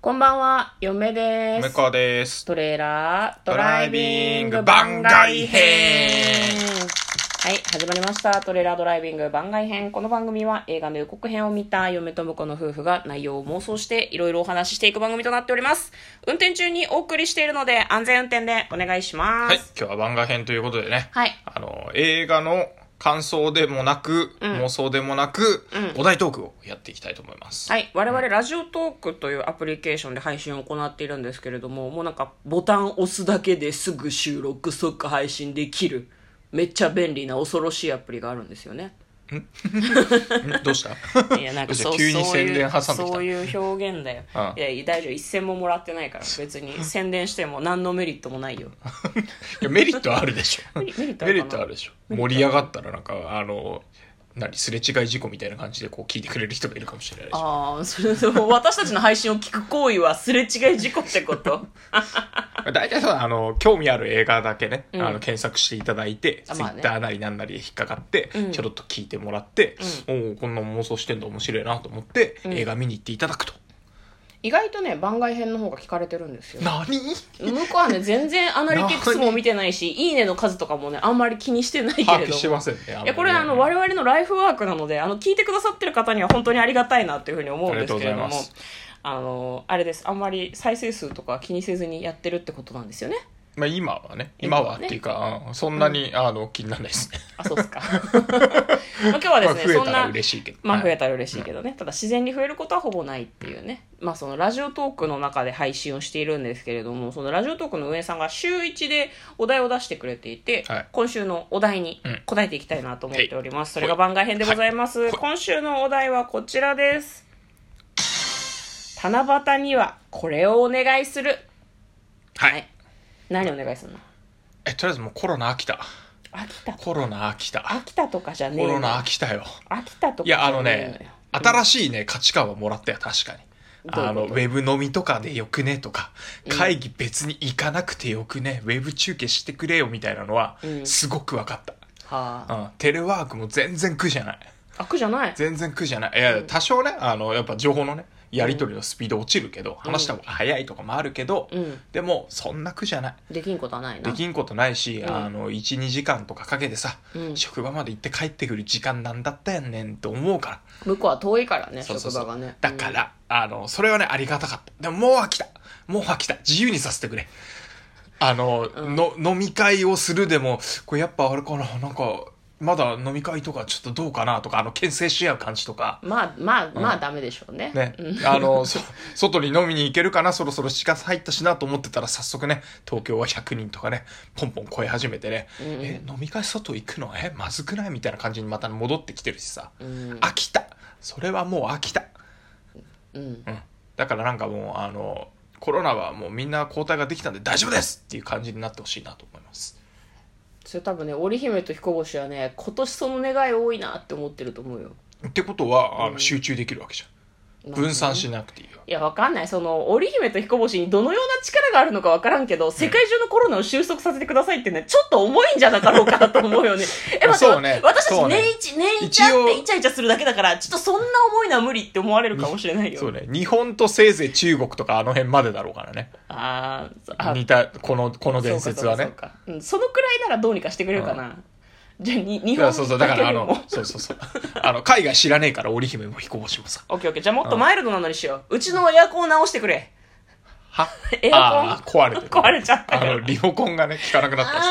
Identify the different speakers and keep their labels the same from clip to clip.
Speaker 1: こんばんは、嫁で
Speaker 2: 向
Speaker 1: す。
Speaker 2: こうです。
Speaker 1: トレーラード
Speaker 2: ド
Speaker 1: ラ
Speaker 2: ラ
Speaker 1: イ
Speaker 2: イ
Speaker 1: ビ
Speaker 2: ビ
Speaker 1: ン
Speaker 2: ン
Speaker 1: グ
Speaker 2: グ
Speaker 1: 番
Speaker 2: 番
Speaker 1: 外
Speaker 2: 外
Speaker 1: 編
Speaker 2: 編
Speaker 1: はい、始まりました。トレーラードライビング番外編。この番組は映画の予告編を見た嫁と婿の夫婦が内容を妄想していろいろお話ししていく番組となっております。運転中にお送りしているので安全運転でお願いします。
Speaker 2: はい、今日は番外編ということでね、
Speaker 1: はい。
Speaker 2: あの、映画の感想でもなく、妄想でもなく、お題トークをやっていきたいと思います。
Speaker 1: はい。我々、ラジオトークというアプリケーションで配信を行っているんですけれども、もうなんか、ボタンを押すだけですぐ収録、即配信できる、めっちゃ便利な恐ろしいアプリがあるんですよね。
Speaker 2: んどうした
Speaker 1: いや、なんか、
Speaker 2: ど
Speaker 1: そうう、
Speaker 2: した急に
Speaker 1: そういう
Speaker 2: 宣伝挟んできた。
Speaker 1: そういう表現だよ。
Speaker 2: ああ
Speaker 1: いやいや、大丈夫。一銭ももらってないから、別に宣伝しても何のメリットもないよ。
Speaker 2: いやメリットはあるでしょ。
Speaker 1: メリメリットあ
Speaker 2: メ
Speaker 1: る
Speaker 2: リ
Speaker 1: かな
Speaker 2: ットあるでしょ。盛り上がったらなんか、あの、何すれ違い事故みたいな感じでこう聞いてくれる人がいるかもしれないし
Speaker 1: ああ、それと、私たちの配信を聞く行為はすれ違い事故ってこと。
Speaker 2: 大体そうだあの、興味ある映画だけね、
Speaker 1: ん
Speaker 2: あの、検索していただいて、
Speaker 1: あ
Speaker 2: ツイ
Speaker 1: まあね
Speaker 2: ッターなりなんなりで引っかかって、
Speaker 1: うん
Speaker 2: ちょろっと聞いてもらって、おおこんな妄想してんだ面白いなと思って、
Speaker 1: ん
Speaker 2: 映画見に行っていただくと。
Speaker 1: 意外とね、番外編の方が聞かれてるんですよ。
Speaker 2: 何
Speaker 1: 向こうはね全然アナリティクスも見てないし「いいね」の数とかもねあんまり気にしてない け
Speaker 2: 把
Speaker 1: れ
Speaker 2: 握
Speaker 1: ど
Speaker 2: して
Speaker 1: い
Speaker 2: ませんね。い
Speaker 1: やこれあの我々のライフワークなのであの聞いてくださってる方には本当にありがたいなというふうに思うんですけれど
Speaker 2: ありがとうござ
Speaker 1: も
Speaker 2: います
Speaker 1: あのあれですあんまり再生数とか気にせずにやってるってことなんですよね
Speaker 2: まあ今はね、
Speaker 1: 今
Speaker 2: 今
Speaker 1: は
Speaker 2: は
Speaker 1: ね
Speaker 2: っていうか、うんそんなに、あの、気にならないですね。
Speaker 1: あそうっ すかまあ今日はですね、
Speaker 2: まあ増え
Speaker 1: そん
Speaker 2: た
Speaker 1: な
Speaker 2: ら嬉しいけど。
Speaker 1: まあ増え
Speaker 2: た。
Speaker 1: たら嬉しいけどね、ただ自然に増えることはほぼないっていうね、まあ、そのラジオトークの中で配信をしているんですけれどもそのラジオトークの運営さんが週1でお題を出してくれていて、
Speaker 2: はい
Speaker 1: 今週のお題に
Speaker 2: うん
Speaker 1: 答えていきたいなと思っております、それが
Speaker 2: ほい
Speaker 1: 番外編でございます、
Speaker 2: はいほい
Speaker 1: 今週のお題はこちらです七夕にはこれをお願いする
Speaker 2: はい。
Speaker 1: はい何お願いするの
Speaker 2: え、とりあえずもうコロナ飽きた。
Speaker 1: 秋田
Speaker 2: コロナ飽きた。
Speaker 1: 秋田とかじゃね
Speaker 2: コ
Speaker 1: えの
Speaker 2: ロナ飽きたよ。
Speaker 1: 秋田とか
Speaker 2: い
Speaker 1: じ
Speaker 2: や、あ
Speaker 1: ゃ
Speaker 2: の
Speaker 1: ねえの
Speaker 2: ね
Speaker 1: よ、
Speaker 2: 新しいね、価値観はもらったよ、確かに。
Speaker 1: どういう
Speaker 2: あ
Speaker 1: こと
Speaker 2: の、ウェブ飲みとかでよくねとか、会議別に行かなくてよくね、ウェブ中継してくれよみたいなのは
Speaker 1: う、ん
Speaker 2: すごく分かった。
Speaker 1: はあ
Speaker 2: うん、テレワークも全然苦じゃない。
Speaker 1: あ苦じゃない
Speaker 2: 全然苦じゃない。いや、多少ね、あの、やっぱ情報のね、やり取りのスピード落ちるけど、話した方が早いとかもあるけど、
Speaker 1: うん
Speaker 2: でも、そんな苦じゃない。
Speaker 1: できんことはないな
Speaker 2: できんことないし、
Speaker 1: ん
Speaker 2: あの、1、2時間とかかけてさ、
Speaker 1: うん
Speaker 2: 職場まで行って帰ってくる時間なんだったやんねんと思うから。
Speaker 1: 向こうは遠いからね
Speaker 2: そうそうそう
Speaker 1: 職場がね
Speaker 2: だから、あの、それはね、ありがたかった。でも、もう飽きた。もう飽きた。自由にさせてくれ。あの、の、飲み会をするでも、これやっぱあれかな、なんか、まだ飲み会とかちょっとどうかなとか、あの、牽制し合う感じとか、
Speaker 1: うんまあまあまあダメでしょうね
Speaker 2: ね
Speaker 1: うん、
Speaker 2: あの、そ、外に飲みに行けるかな、そろそろ4月入ったしなと思ってたら、早速ね、東京は100人とかね、ポンポン超え始めてね、え、飲み会外行くのえ、まずくないみたいな感じにまた戻ってきてるしさ、
Speaker 1: うん
Speaker 2: 飽きた。それはもう飽きた。
Speaker 1: うん
Speaker 2: うん、だからなんかもうあのコロナはもうみんな抗体ができたんで大丈夫ですっていう感じになってほしいなと思います
Speaker 1: それ多分ね織姫と彦星はね今年その願い多いなって思ってると思うよ
Speaker 2: ってことはあの集中できるわけじゃん分散しなくていいわ
Speaker 1: いやわかんないその織姫と彦星にどのような力があるのかわからんけど世界中のコロナを収束させてくださいってねちょっと重いんじゃなかろうかなと思うよ ねえ待っ
Speaker 2: そ
Speaker 1: て、
Speaker 2: うね
Speaker 1: 私た
Speaker 2: そ
Speaker 1: ち
Speaker 2: うね
Speaker 1: 年一、年一あっ
Speaker 2: 一
Speaker 1: て
Speaker 2: 応
Speaker 1: イチャイチャするだけだからちょっとそんな重いのは無理って思われるかもしれないよ
Speaker 2: そうね日本とせいぜい中国とかあの辺までだろうからね
Speaker 1: あーあ
Speaker 2: 似たこのこの伝説は
Speaker 1: そう
Speaker 2: ね
Speaker 1: かそうかそうかうん、そのくらいならどうにかしてくれるかな、じゃあに日
Speaker 2: いや
Speaker 1: 本
Speaker 2: そうそうだからあ
Speaker 1: でも
Speaker 2: のそうそうそうあの海外知らねえから織姫も彦星もさ
Speaker 1: オッケーオッケーじゃあもっとマイルドなのにしよううちのエアコンを直してくれ
Speaker 2: は
Speaker 1: エア
Speaker 2: あ
Speaker 1: コ
Speaker 2: ー壊れてる
Speaker 1: 壊れちゃった
Speaker 2: あ
Speaker 1: よ
Speaker 2: のリモコンがね効かなくなったし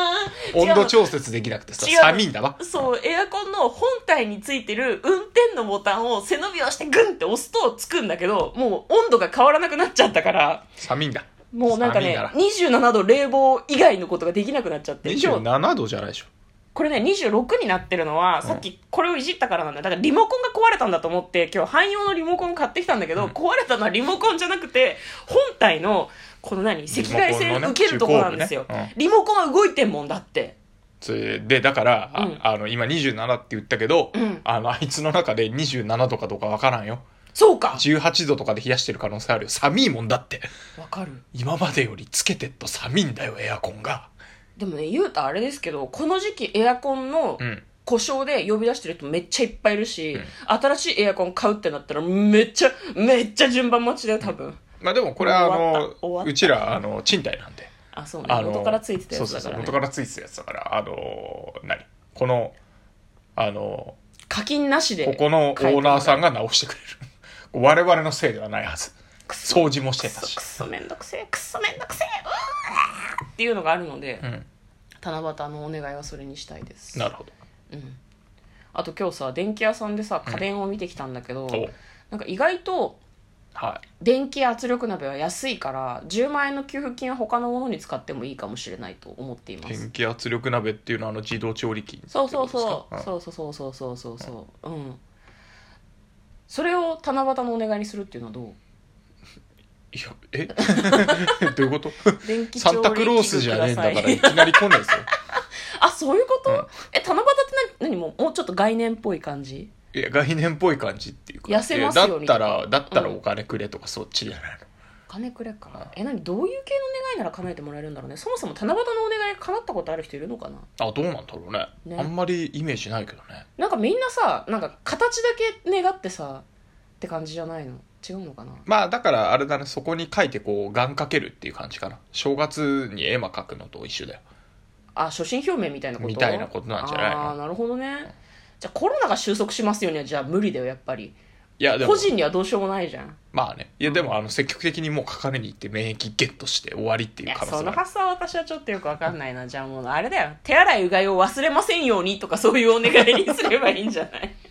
Speaker 1: ー違う
Speaker 2: 温度調節できなくてさ
Speaker 1: 違う
Speaker 2: 寒いんだわ
Speaker 1: そうエアコンの本体についてる運転のボタンを背伸びをしてグンって押すとつくんだけどもう温度が変わらなくなっちゃったから
Speaker 2: 寒いんだ
Speaker 1: もうなんか
Speaker 2: 寒い
Speaker 1: ね
Speaker 2: から
Speaker 1: 27度冷房以外のことができなくなっちゃって今日
Speaker 2: 27度じゃないでしょ
Speaker 1: これね26になってるのはさっきこれをいじったからなんだよだからリモコンが壊れたんだと思って今日汎用のリモコン買ってきたんだけど、壊れたのはリモコンじゃなくて本体のこの何赤外
Speaker 2: リモコ
Speaker 1: 線
Speaker 2: ンのね
Speaker 1: 受けるとこなんですよ、
Speaker 2: 中高部ね
Speaker 1: リモコンは動いてんもんだって
Speaker 2: それで、だから、あ
Speaker 1: うん
Speaker 2: あの、今27って言ったけど、
Speaker 1: うん
Speaker 2: あの、あいつの中で27度かどうかわからんよ。
Speaker 1: そうか
Speaker 2: 18度とかで冷やしてる可能性あるよ。寒いもんだって。
Speaker 1: わかる
Speaker 2: 今までよりつけてっと寒いんだよ、エアコンが。
Speaker 1: でもね言うたらあれですけどこの時期エアコンの
Speaker 2: うん。
Speaker 1: 故障で呼び出してる人めっちゃいっぱいいるし、新しいエアコン買うってなったらめっちゃ、めっちゃ順番待ちだよ、多分。
Speaker 2: まあでもこれはあ
Speaker 1: 終わった終わ
Speaker 2: の
Speaker 1: った
Speaker 2: うちらあの賃貸なんで
Speaker 1: あ、そうね。
Speaker 2: あの
Speaker 1: 元からついてたやつだか
Speaker 2: そうそ
Speaker 1: ら、
Speaker 2: うそう
Speaker 1: ね
Speaker 2: 元。からついてたやつだからあの何このあの
Speaker 1: 課金なしで。
Speaker 2: ここのオーナーさんが直してくれる 我々のせいではないはず掃除もして
Speaker 1: く
Speaker 2: た
Speaker 1: そ
Speaker 2: し
Speaker 1: くそめんどくせえくそめんどくせえうわーっていうのがあるので、
Speaker 2: うん
Speaker 1: 七夕のお願いはそれにしたいです
Speaker 2: なるほど
Speaker 1: あと今日さ電気屋さんでさ家電を見てきたんだけど、
Speaker 2: お
Speaker 1: なんか意外と
Speaker 2: は
Speaker 1: 電気圧力鍋は安いから10万円の給付金は他のものに使ってもいいかもしれないと思ってい
Speaker 2: い
Speaker 1: ま
Speaker 2: 電
Speaker 1: す
Speaker 2: 気圧力鍋っていうのはあの自動調理器
Speaker 1: そうそうそ
Speaker 2: ってこと
Speaker 1: う
Speaker 2: です
Speaker 1: そ
Speaker 2: か
Speaker 1: うそうそうそうそうそうそううんそれを七夕のお願いにするっていうのはどう
Speaker 2: いやえ どうい うこと
Speaker 1: 電気調
Speaker 2: サ
Speaker 1: 理器具
Speaker 2: ン
Speaker 1: くだ
Speaker 2: タ
Speaker 1: さい
Speaker 2: クロースじゃねえんだからいきなり来ないですよ
Speaker 1: あそういうこと、
Speaker 2: うん
Speaker 1: え七夕って何何もうもうちょっと概念っぽい感じ
Speaker 2: いや概念っぽい感じっていうか
Speaker 1: 痩せますよ
Speaker 2: いやだったらだったらお金くれとかそっちじゃないの、
Speaker 1: お金くれか
Speaker 2: うん
Speaker 1: え何どういう系の願いなら叶えてもらえるんだろうねそもそも七夕のお願い叶ったことある人いるのかな
Speaker 2: あどうなんだろうね
Speaker 1: ね
Speaker 2: あんまりイメージないけどね
Speaker 1: なんかみんなさなんか形だけ願ってさって感じじゃないの違うのかな
Speaker 2: まあだからあれだねそこに書いてこう願かけるっていう感じかな正月に絵馬書くのと一緒だよ
Speaker 1: あ所信表明みたいなこと
Speaker 2: みたいなことなんじゃないの
Speaker 1: あーなるほどねじゃあコロナが収束しますようにはじゃあ無理だよやっぱり
Speaker 2: いやでも
Speaker 1: 個人にはどうしようもないじゃん
Speaker 2: まあねいやでもあの積極的にもう書かれに行って免疫ゲットして終わりって
Speaker 1: い
Speaker 2: いう
Speaker 1: や
Speaker 2: 可能
Speaker 1: そ
Speaker 2: 性
Speaker 1: の
Speaker 2: もある
Speaker 1: 発想は私はちょっとよくわかんないな じゃあもうあれだよ手洗いうがいを忘れませんようにとかそういうお願いにすればいいんじゃない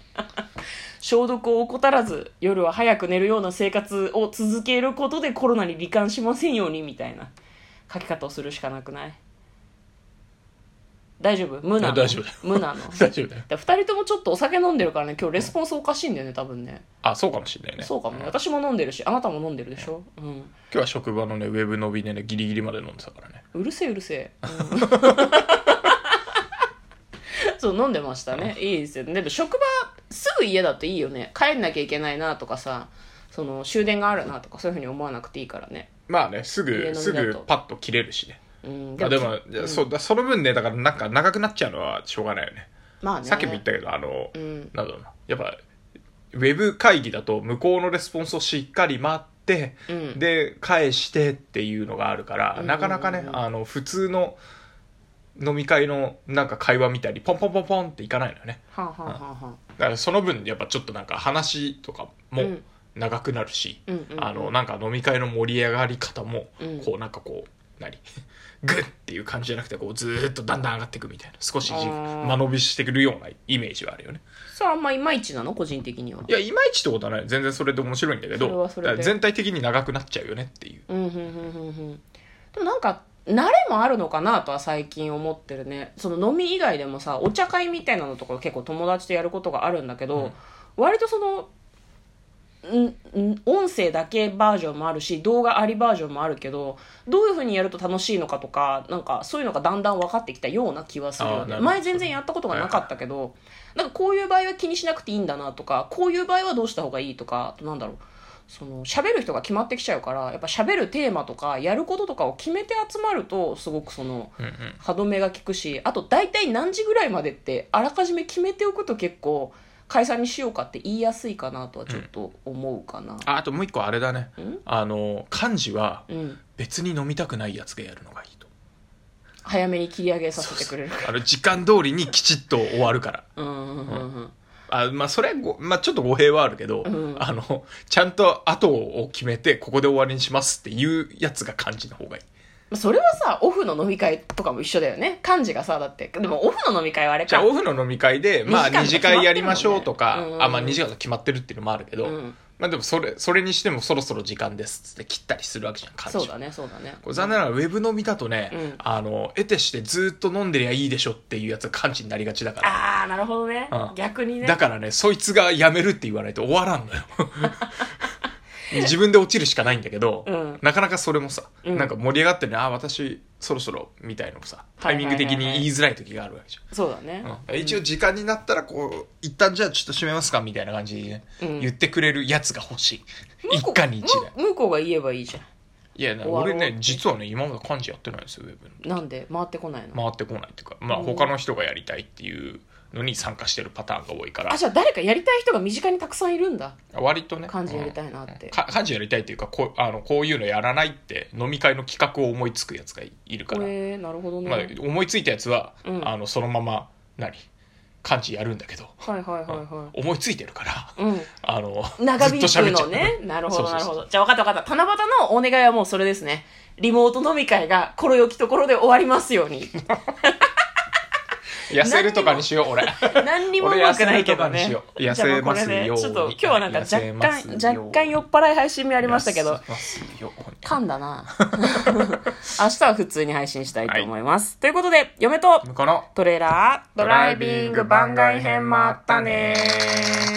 Speaker 1: 消毒を怠らず夜は早く寝るような生活を続けることでコロナに罹患しませんようにみたいな書き方をするしかなくない大丈夫無なの
Speaker 2: いや大丈夫だよ
Speaker 1: 無なの
Speaker 2: 大丈夫だよ
Speaker 1: 2人ともちょっとお酒飲んでるからね今日レスポンスおかしいんだよね多分ね
Speaker 2: あそうかもしれないね
Speaker 1: そうかもね私も飲んでるしあなたも飲んでるでしょうん
Speaker 2: 今日は職場のねウェブ伸びでねギリギリまで飲んでたからね
Speaker 1: うるせえうるせえ、 そう飲んでましたねいいですよねでも職場すぐ家だといいよね帰んなきゃいけないなとかさその終電があるなとかそういうふうに思わなくていいからね
Speaker 2: まあねす
Speaker 1: 家飲み
Speaker 2: ぐ
Speaker 1: だと
Speaker 2: すぐパッと切れるしね
Speaker 1: うん
Speaker 2: あでも、いや
Speaker 1: うん
Speaker 2: そうだその分ねだからなんか長くなっちゃうのはしょうがないよね
Speaker 1: まあね
Speaker 2: さっきも言ったけどあの、
Speaker 1: うん
Speaker 2: なんだろうなやっぱウェブ会議だと向こうのレスポンスをしっかり待って、
Speaker 1: うん
Speaker 2: で返してっていうのがあるから、
Speaker 1: うん
Speaker 2: なかなかねあの普通の飲み会のなんか会話みたいにポンポンポンポンっていかないのよね
Speaker 1: はあ、はあはあはあ、
Speaker 2: だからその分やっぱちょっとなんか話とかも
Speaker 1: うん
Speaker 2: 長くなるし、
Speaker 1: うんうんうん
Speaker 2: あのなんか飲み会の盛り上がり方も
Speaker 1: うん
Speaker 2: こうなんかこう何 グッっていう感じじゃなくてこうずーっとだんだん上がっていくみたいな少し
Speaker 1: あ
Speaker 2: じ
Speaker 1: ー
Speaker 2: 間延びしてくるようなイメージはあるよね
Speaker 1: そうあんまいまいちなの個人的にはい
Speaker 2: やいまいちってことはない全然それで面白いんだけ
Speaker 1: それ
Speaker 2: ど
Speaker 1: はそれで
Speaker 2: だから全体的に長くなっちゃうよねっていう
Speaker 1: うんうんうんうんうんでもなんか慣れもあるのかなとは最近思ってるねその飲み以外でもさお茶会みたいなのとか結構友達とやることがあるんだけど、
Speaker 2: うん
Speaker 1: 割とそのんん音声だけバージョンもあるし動画ありバージョンもあるけどどういうふうにやると楽しいのかとかなんかそういうのがだんだん分かってきたような気はするよ
Speaker 2: あーな
Speaker 1: ね
Speaker 2: るほど
Speaker 1: 前全然やったことがなかったけど、なんかこういう場合は気にしなくていいんだなとかこういう場合はどうした方がいいとかあとなんだろうその喋る人が決まってきちゃうからやっぱ喋るテーマとかやることとかを決めて集まるとすごくその
Speaker 2: うんうん
Speaker 1: 歯止めが効くしあと大体何時ぐらいまでってあらかじめ決めておくと結構解散にしようかって言いやすいかなとはちょっと思うかな、
Speaker 2: ああともう一個あれだね
Speaker 1: ん
Speaker 2: あの漢字は
Speaker 1: うん、
Speaker 2: 別に飲みたくないやつがやるのがいいと
Speaker 1: 早めに切り上げさせてくれる
Speaker 2: あの時間通りにきちっと終わるから
Speaker 1: うんうんうんうん
Speaker 2: あまあそれはご、まあ、ちょっと語弊はあるけど、
Speaker 1: うん
Speaker 2: あのちゃんと後を決めてここで終わりにしますっていうやつが漢字の方がいい
Speaker 1: それはさオフの飲み会とかも一緒だよね幹事がさだってでもオフの飲み会はあれ
Speaker 2: じゃ
Speaker 1: か
Speaker 2: あオフの飲み会で、まあ、
Speaker 1: 二
Speaker 2: 2
Speaker 1: 時
Speaker 2: 次
Speaker 1: 間とか決まってるもんね
Speaker 2: 会やりましょうとか、
Speaker 1: うん
Speaker 2: あまあ、2時間と決まってるっていうのもあるけど、
Speaker 1: うん
Speaker 2: まあ、でもそれそれにしてもそろそろ時間ですっつって切ったりするわけじゃん漢字は
Speaker 1: そうだねそうだね
Speaker 2: これ残念ながらウェブ飲みだとね、
Speaker 1: うん
Speaker 2: あの得てしてずっと飲んでりゃいいでしょっていうやつが漢字になりがちだから
Speaker 1: ああなるほどね、
Speaker 2: うん
Speaker 1: 逆にね
Speaker 2: だからね、そいつが辞めるって言わないと終わら んのよ。自分で落ちるしかないんだけど、
Speaker 1: うん
Speaker 2: なかなかそれもさ、
Speaker 1: うん
Speaker 2: なんか盛り上がってね、あ、私、そろそろ、みたいのもさ、
Speaker 1: は
Speaker 2: タ
Speaker 1: い
Speaker 2: イ
Speaker 1: はい
Speaker 2: ミン
Speaker 1: はいは
Speaker 2: グ
Speaker 1: い
Speaker 2: 的に言いづらい時があるわけじゃん。
Speaker 1: そうだね、
Speaker 2: うん一応時間になったら、こう、一旦じゃあちょっと閉めますか、みたいな感じでね、
Speaker 1: うん
Speaker 2: 言ってくれるやつが欲し
Speaker 1: 向
Speaker 2: い。
Speaker 1: こう
Speaker 2: 一家に一台。
Speaker 1: む向こうが言えばいいじゃ
Speaker 2: いや、ね、
Speaker 1: 終わろう
Speaker 2: 俺ね、実はね、今まで漢字やってないんですよ、ウェブの。
Speaker 1: んなんで回ってこないの、
Speaker 2: 回ってこないっていうか、まあ、他の人がやりたいっていうのに参加してるパターンが多いから
Speaker 1: あ、じゃあ誰かやりたい人が身近にたくさんいるんだ。
Speaker 2: 割とね
Speaker 1: 漢字やりたいなって
Speaker 2: うんか漢字やりたいっていうかこうあのこういうのやらないって飲み会の企画を思いつくやつがいるから、
Speaker 1: えー、なるほどね。
Speaker 2: まあ
Speaker 1: はい、
Speaker 2: 思いついたやつは、
Speaker 1: うん
Speaker 2: あのそのまま何漢字やるんだけど、
Speaker 1: はいはいは
Speaker 2: 思いついてるから
Speaker 1: い。うん。
Speaker 2: あの
Speaker 1: 長
Speaker 2: ずっ
Speaker 1: 引
Speaker 2: と
Speaker 1: く
Speaker 2: 喋っちゃ
Speaker 1: の
Speaker 2: う
Speaker 1: ね。なるほど、な
Speaker 2: そう
Speaker 1: る
Speaker 2: そうそ
Speaker 1: ほ
Speaker 2: う
Speaker 1: ど。じゃあ分かった分かった。七夕のお願いはもうそれですね。リモート飲み会が、ころよきところで終わりますよう に。
Speaker 2: 痩せるとかにしよう俺
Speaker 1: 何にもうまくないけどね。
Speaker 2: 俺痩せ
Speaker 1: じゃ
Speaker 2: るとかにしよう
Speaker 1: あもうこれで
Speaker 2: 痩せますように
Speaker 1: ちょっと今日はなんか若
Speaker 2: 痩せますように
Speaker 1: 干、若干酔っ払い配信もありましたけど
Speaker 2: 痩、せ ますように
Speaker 1: 噛んだ な。明日は普通に配信したいと思います。ということで、嫁と
Speaker 2: 向こうの
Speaker 1: トレーラー、ド
Speaker 2: ド
Speaker 1: ラ
Speaker 2: ラ
Speaker 1: イ
Speaker 2: イ
Speaker 1: ビ
Speaker 2: ビ
Speaker 1: ン
Speaker 2: ン
Speaker 1: グ
Speaker 2: グ
Speaker 1: 番
Speaker 2: 番
Speaker 1: 外
Speaker 2: 外
Speaker 1: 編
Speaker 2: 編
Speaker 1: も
Speaker 2: も
Speaker 1: あ
Speaker 2: あ
Speaker 1: っ
Speaker 2: ったた
Speaker 1: ね
Speaker 2: ね